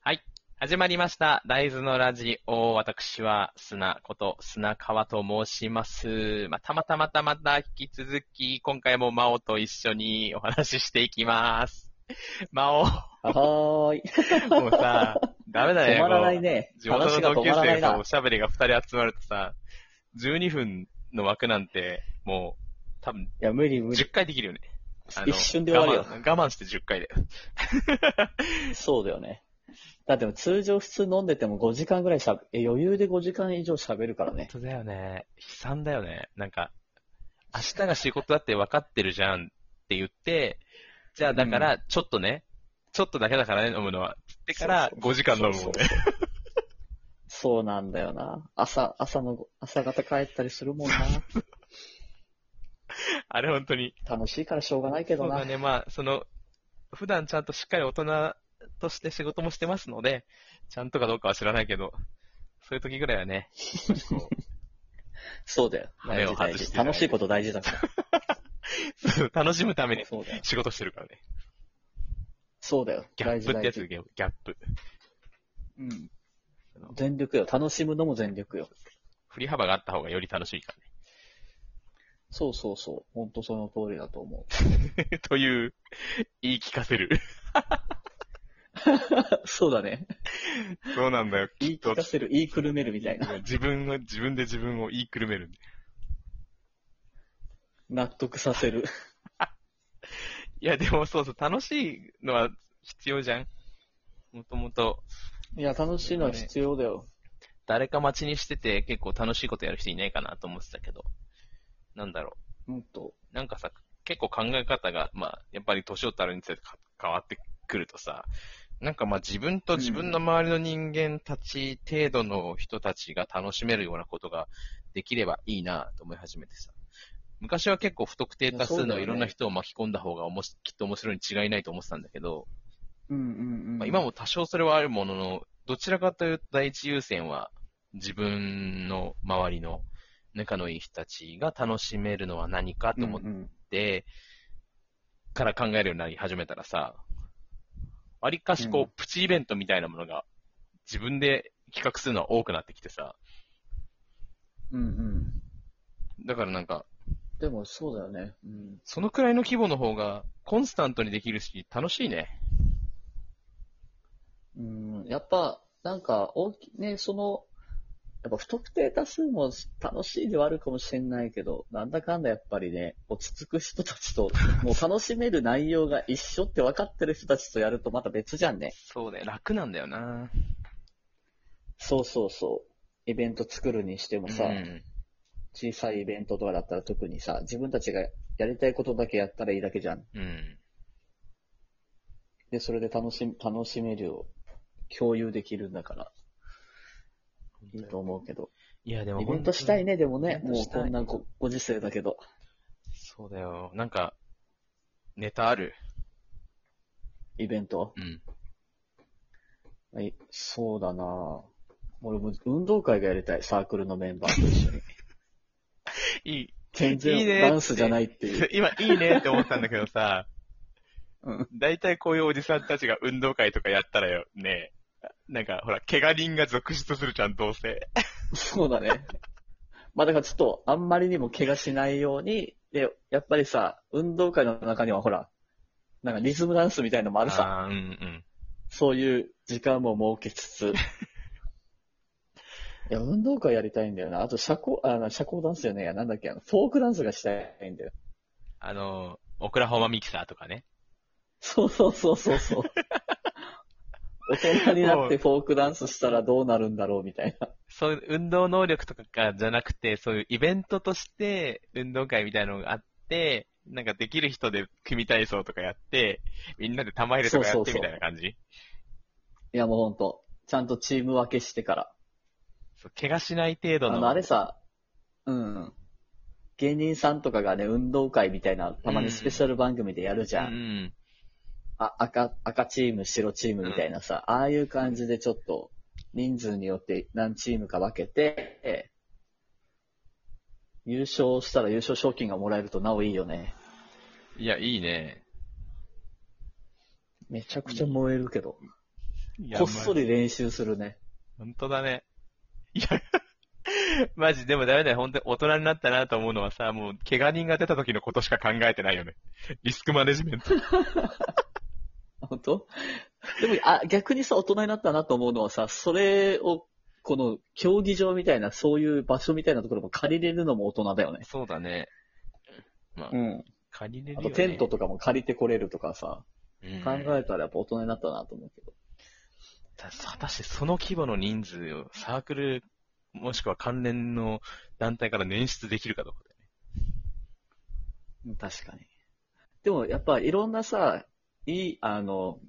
はい。始まりました。大豆のラジオ。私は、砂こと、砂川と申します。まあ、たまたまたまた引き続き、今回も真央と一緒にお話ししていきます。真央、はーい。もうさ、ダメだね。止まらなこいうね。地元話がの同止級まらな生といなお。しゃべりが2人集まるとさ、12分の枠なんて、もう、多分いや、無理無理。 10回できるよね。あの一瞬で終わるよ我慢我慢して10回だよ。そうだよね。だってもう通常普通飲んでても5時間ぐらいしゃべ、え余裕で5時間以上喋るからね。本当だよね。悲惨だよね。なんか、明日が仕事だって分かってるじゃんって言って、じゃあだから、ちょっとね、ちょっとだけだからね、飲むのは。つってから、そうそう5時間飲むもんね。そうなんだよな。朝、朝のご、朝方帰ったりするもんな。あれ本当に。楽しいからしょうがないけそどうだな。ね、まあ、その、普段ちゃんとしっかり大人として仕事もしてますので、ちゃんとかどうかは知らないけど、そういう時ぐらいはね、こうそうだよ。目を大外し事て大事楽しいこと大事だかそう 楽しむためら。にそうだよ。仕事してるからね。そうだよ。ギャ大ッ事プってや大つ、事。ギャップ。うん。全力よ。楽しむのも全力よ。振り幅があった方がより楽しいからそうそうそう。ほんとその通りだと思う。ね。 という、言い聞かせる。 そうだね。そうなんだよ。言い聞かせる、言いくるめるみたいな。自分の、自分で自分を言いくるめるんで。納得させる。いや、でもそうそう、楽しいのは必要じゃん。もともと、 いや、楽しいのは必要だよ。誰か待ちにしてて結構楽しいことやる人いないかなと思ってたけど、なんだろうんと。う。なんかさ、結構考え方が、まあ、やっぱり年を取るにつれてか変わってくるとさ、なんかまあ自分と自分の周りの人間たち程度の人たちが楽しめるようなことができればいいなと思い始めてさ。昔は結構不特定多いやそ数うだよのねいろんな人を巻き込んだ方がおもし、きっと面白いに違いないと思ってたんだけど、うんうんうん。まあ、今。も多少それはあるものの、どちらかというと第一優先は自分の周りの仲のいい人たちが楽しめるのは何かと思っうんうんて、から考えるようになり始めたらさ、わりかしこうんう、プチイベントみたいなものが自分で企画するのは多くなってきてさ、うんうん。だからなんか、でもそうだよね。うん。そのくらいの規模の方がコンスタントにできるし、楽しいね。うん、やっぱ、なんか、大き、ね、その、やっぱ不特定多数も楽しいではあるかもしれないけど、なんだかんだやっぱりね、落ち着く人たちと、もう楽しめる内容が一緒って分かってる人たちとやるとまた別じゃんね。そうね、楽なんだよな。そうそうそう。イベント作るにしてもさ、うん、小さいイベントとかだったら特にさ、自分たちがやりたいことだけやったらいいだけじゃん。うん。で、それで楽しみ、楽しめるを共有できるんだから、いいと思うけど。いや、でもイベントしたいねね、でもイね。ベントもうしたいこんなごご時世だけど。そうだよ。なんか、ネタある。イベント。うん。はい、そうだなぁ俺も運動会がやりたい、サークルのメンバーと 一緒に。いい。全いいね然ってダンスじゃないっていう。 今、いいねって思ったんだけどさ、うん大体こういうおじさんたちが運動会とかやったらよ、ねなんか、ほら、怪我人が続出するじゃん、どうせ。そうだね。 まあだからちょっと、あんまりにも怪我しないように、で、やっぱりさ、運動会の中にはほら、なんかリズムダンスみたいのもあるさ。あー、うんうん。そういう時間も設けつつ。いや、運動会やりたいんだよな。あと、社交、あの、社交ダンスじゃねえや。なんだっけ、あの、フォークダンスがしたいんだよ。あの、オクラホマミキサーとかね。そうそうそうそうそう。大人になってフォークダンスしたらどうなるんだろうみたいな。そういう運動能力とかがじゃなくて、そういうイベントとして運動会みたいなのがあって、なんかできる人で組体操とかやって、みんなで玉入れとかやそっうそてうそうみたいな感じいや、もうほんと。ちゃんとチーム分けしてから。そう怪我しない程あ度の、あれさ、うん。芸人さんとかがね、運動会みたいな、たまにスペシャル番組でやるじゃん。うんうん、あ赤、赤チーム、白チームみたいなさ、ああいう感じでちょっと、人数によって何チームか分けて、ええ優勝したら優勝賞金がもらえるとなおいいよね。いや、いいね。めちゃくちゃ燃えるけど。いやこっそり練習するね。本当だね。いや、 マジ、でもダメだよ。本当に大人になったなと思うのはさ、もう、怪我人が出た時のことしか考えてないよね。リスクマネジメント。本当 でも、あ、逆にさ、大人になったなと思うのはさ、それを、この、競技場みたいな、そういう場所みたいなところも借りれるのも大人だよね。 そうだね。まあ、ん。借りれあるよ、と、ね。テントとかも借りてこれるとかさ、うん考えたらやっぱ大人になったなと思うけど。た果たしてその規模の人数をサークル、もしくは関連の団体から捻出できるかどうかだよね。うん、確かに。でも、やっぱ、いろんなさ、いい、あの、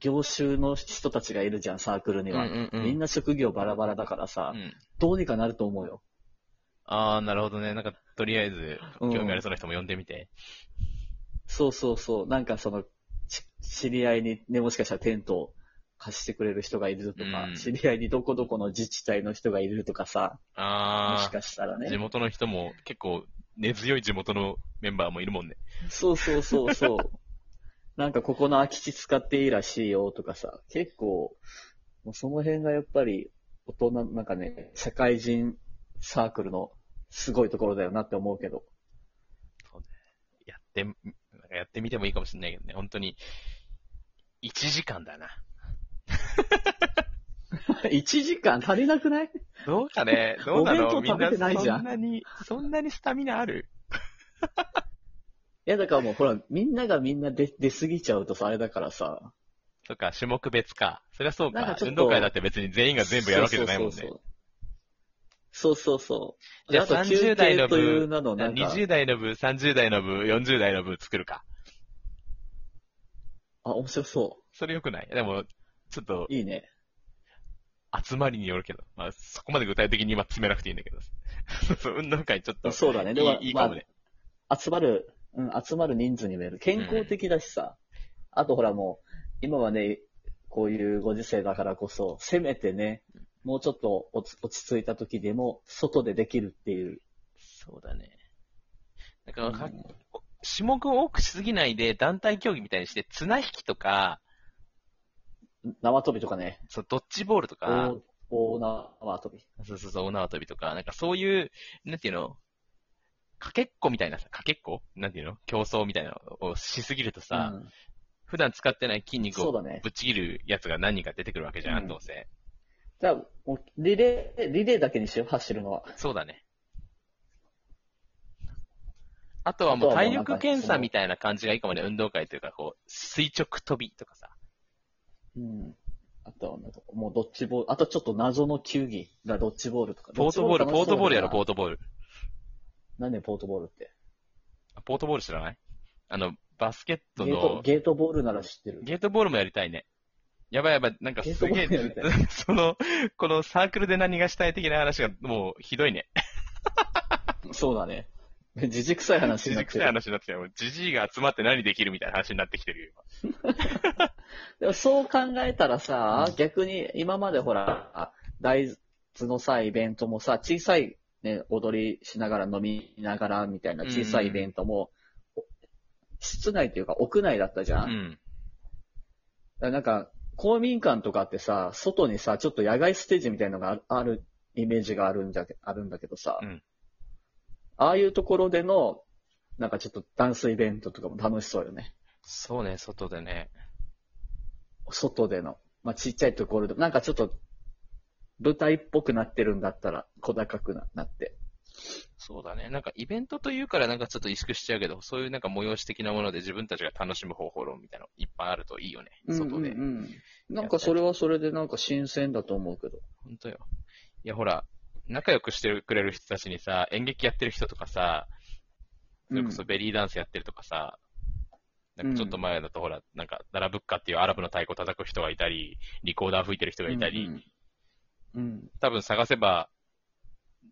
業種の人たちがいるじゃん、サークルには。んみんな職業バラバラだからさ、うんどうにかなると思うよ。ああ、なるほどね。なんか、とりあえず、うん興味ありそうな人も呼んでみて。そうそうそう。なんかその、ち知り合いにね、もしかしたらテントを貸してくれる人がいるとか、うん知り合いにどこどこの自治体の人がいるとかさ、もしあかしたらあ、地ね。元の人も結構根強い地元のメンバーもいるもんね。そうそうそうそう。 なんかここの空き地使っていいらしいよとかさ、結構、もうその辺がやっぱり大人、なんかね、社会人サークルのすごいところだよなって思うけど。 やって、なんかやってみてもいいかもしれないけどね。本当に、1時間だな。 1時間足りなくないどうかね、どうなのお弁当みん食なべてないじゃんそんなに、そんなにスタミナあるいや、だからもうほら、みんながみんな出、出過ぎちゃうとさ、あれだからさ、とか、種目別か。そりゃそうかなんかちょっと運動会だって別に全員が全部やるわけじゃないもんね。そうそうそう。じゃあでと30代の部休憩という名のなんか、 20代の部、30代の部、40代の部作るか。あ、面白そそれ良くないでも、ちょっとう。いいね。集まりによるけど、まあ、そこまで具体的に今詰めなくていいんだけど。 そう、運動会ちょっと。そうだねでいはいいいかもね。集まる、うん、集まる人数に見える。健康的だしさ。あとほらもう、今はね、こういうご時世だからこそ、せめてね、もうちょっと落ち落ち着いた時でも、外でできるっていう。そうだね。だからか、種目を多くしすぎないで、団体競技みたいにして、綱引きとか、縄跳びとかね、そう、ドッジボールとか、大大縄跳び。そうそうそう、大縄跳びとか、なんかそういう、なんていうの、かけっこみたいなさ、かけっこなんていうの競争みたいなのをしすぎるとさ、うん普段使ってない筋肉そうをだね。ぶっちぎるやつが何人か出てくるわけじゃん、うんどうせ。じゃあ、もうリレー、リレーだけにしよう、走るのは。そうだね。あとはもうあとは体もうなんか力検そ査のみたいな感じがいいかもね、運動会というか、こう、垂直跳びとかさ。うん。あとはなんか、もうドッジボール、あとちょっと謎の球技がドッジボールとか。ポートボール、ポートボールやろ、ポートト。ボール。何でポートボールって。あポートボール知らないあの、バスケッゲトートの、、ゲートボールなら知ってる。ゲートボールもやりたいね。やばいやばい、なんかすげゲーえトボール や、その、このサークルで何がしたい的な話がもうひどいね。そうだね。自軸臭い話じになじっくてさいる。話になってきたよ。じじいが集まって何できるみたいな話になってきてるよ。でもそう考えたらさ、逆に今までほら、大豆のさ、イベントもさ、小さい、ね、踊りしながら飲みながらみたいな小さいイベントも、室内というか屋内だったじ今ゃうん。だからなんか、公民館とかってさ、外にさ、ちょっと野外ステージみたいのがあるあるイメージがあるんだけあるんだけどさ、うんああいうところでの、なんかちょっとダンスイベントとかも楽しそうよね。そうね、外でね。外での。まあ、ちっちゃいところで、なんかちょっと、舞台っぽくなってるんだったら、小高くななって。そうだね。なんかイベントというからなんかちょっと萎縮しちゃうけど、そういうなんか催し的なもので自分たちが楽しむ方法論みたいなのいっぱいあるといいよね。外で。うんうんうんなんかそれはそれでなんか新鮮だと思うけど。本当よ。いやほら、仲良くしてくれる人たちにさ、演劇やってる人とかさ、それこそベリーダンスやってるとかさ、なんかちょっと前だとほら、なんかダラブッカっていうアラブの太鼓叩く人がいたり、リコーダー吹いてる人がいたり、うんうん、うん多分探せば、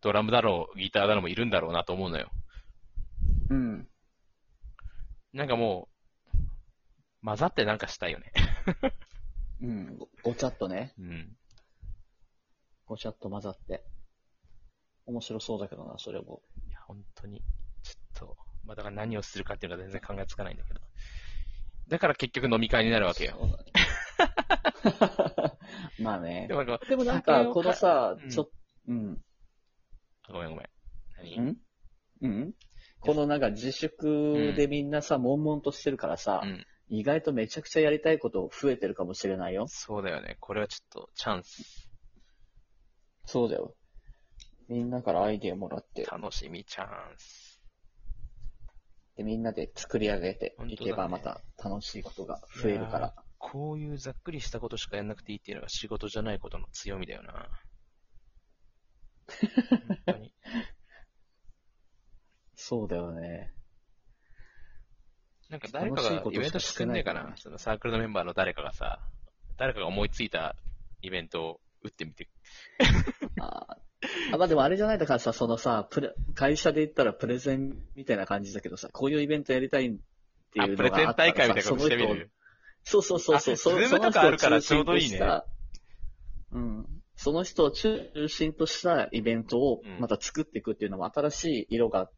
ドラムだろう、ギターだろうもいるんだろうなと思うのよ。うん。なんかもう、混ざってなんかしたいよね。うん。ごごちゃっとね。うん。ごちゃっと混ざって。面白そうだけどな、それも。いや、本当に、ちょっと、まあ、だから何をするかっていうのが全然考えつかないんだけど。だから結局飲み会になるわけよ。そうだね まあねで。もなんか、でもなんか、酒をこのさうん、ちょ、うん、ごめんごめん。何んうんこのなんか自粛でみんなさ、悶々としてるからさ、うん意外とめちゃくちゃやりたいこと増えてるかもしれないよ。そうだよね。これはちょっとチャンス。そうだよ。みんなからアイデアもらって、楽しみチャンス。でみんなで作り上げていけば本ま当だた楽しいことが増えるかいやら。こういうざっくりしたことしかやんなくていいっていうのが仕事じゃないことの強みだよな。本当 に。そうだよね。なんか誰かがイベントしてくんねえかな。楽しいことそしかしてないからねのサークルのメンバーの誰かがさ、誰かが思いついたイベントを打ってみて。あーあまあでもあれじゃないだからさ、そのさ、プレ会社で言ったらプレゼンみたいな感じだけどさ、こういうイベントやりたいってあ、いうプのレゼがあンったら大さ会みたいなことしてみその人をる。そうそうそうそう。あそ Zoom そのとかあるからちょうどいいね人を中心とした。うん。その人を中心としたイベントをうんまた作っていくっていうのも新しい色が、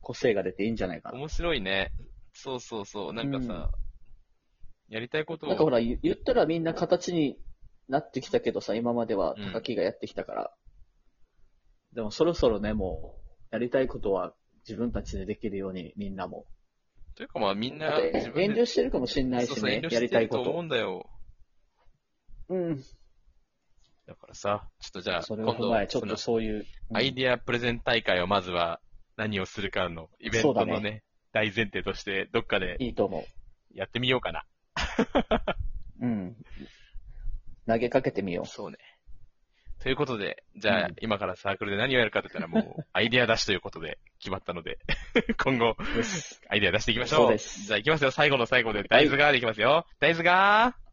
個性が出ていいんじゃないかな。面白いね。そうそうそう。なんかさ、やりたいことを。なんかほら、言言ったらみんな形になってきたけどさ、今まではうん高木がやってきたから。でもそろそろね、もう、やりたいことは自分たちでできるようにみんなも。というかまあみんだなって自分で遠慮してるかもしんないそうしそう遠ね慮、やしりてたるいとこ思うと。んだよ。うん。だからさ、ちょっとじゃあ、それを今踏まえ、度、ちょっそのとそういう。うんアイディアプレゼン大会をまずは何をするかのイベントのそね、うだ大前提として、どっかでいいと思う。やってみようかな。うん。投げかけてみよそうね。ということで、じゃあ、うん今からサークルで何をやるかって言ったらも う、アイディア出しということで決まったので、 今後、 う。よしアイディア出していきましょう。そうですじゃあ行きますよ、最後の最後で、大豆ガーでいきますよ。大豆ガー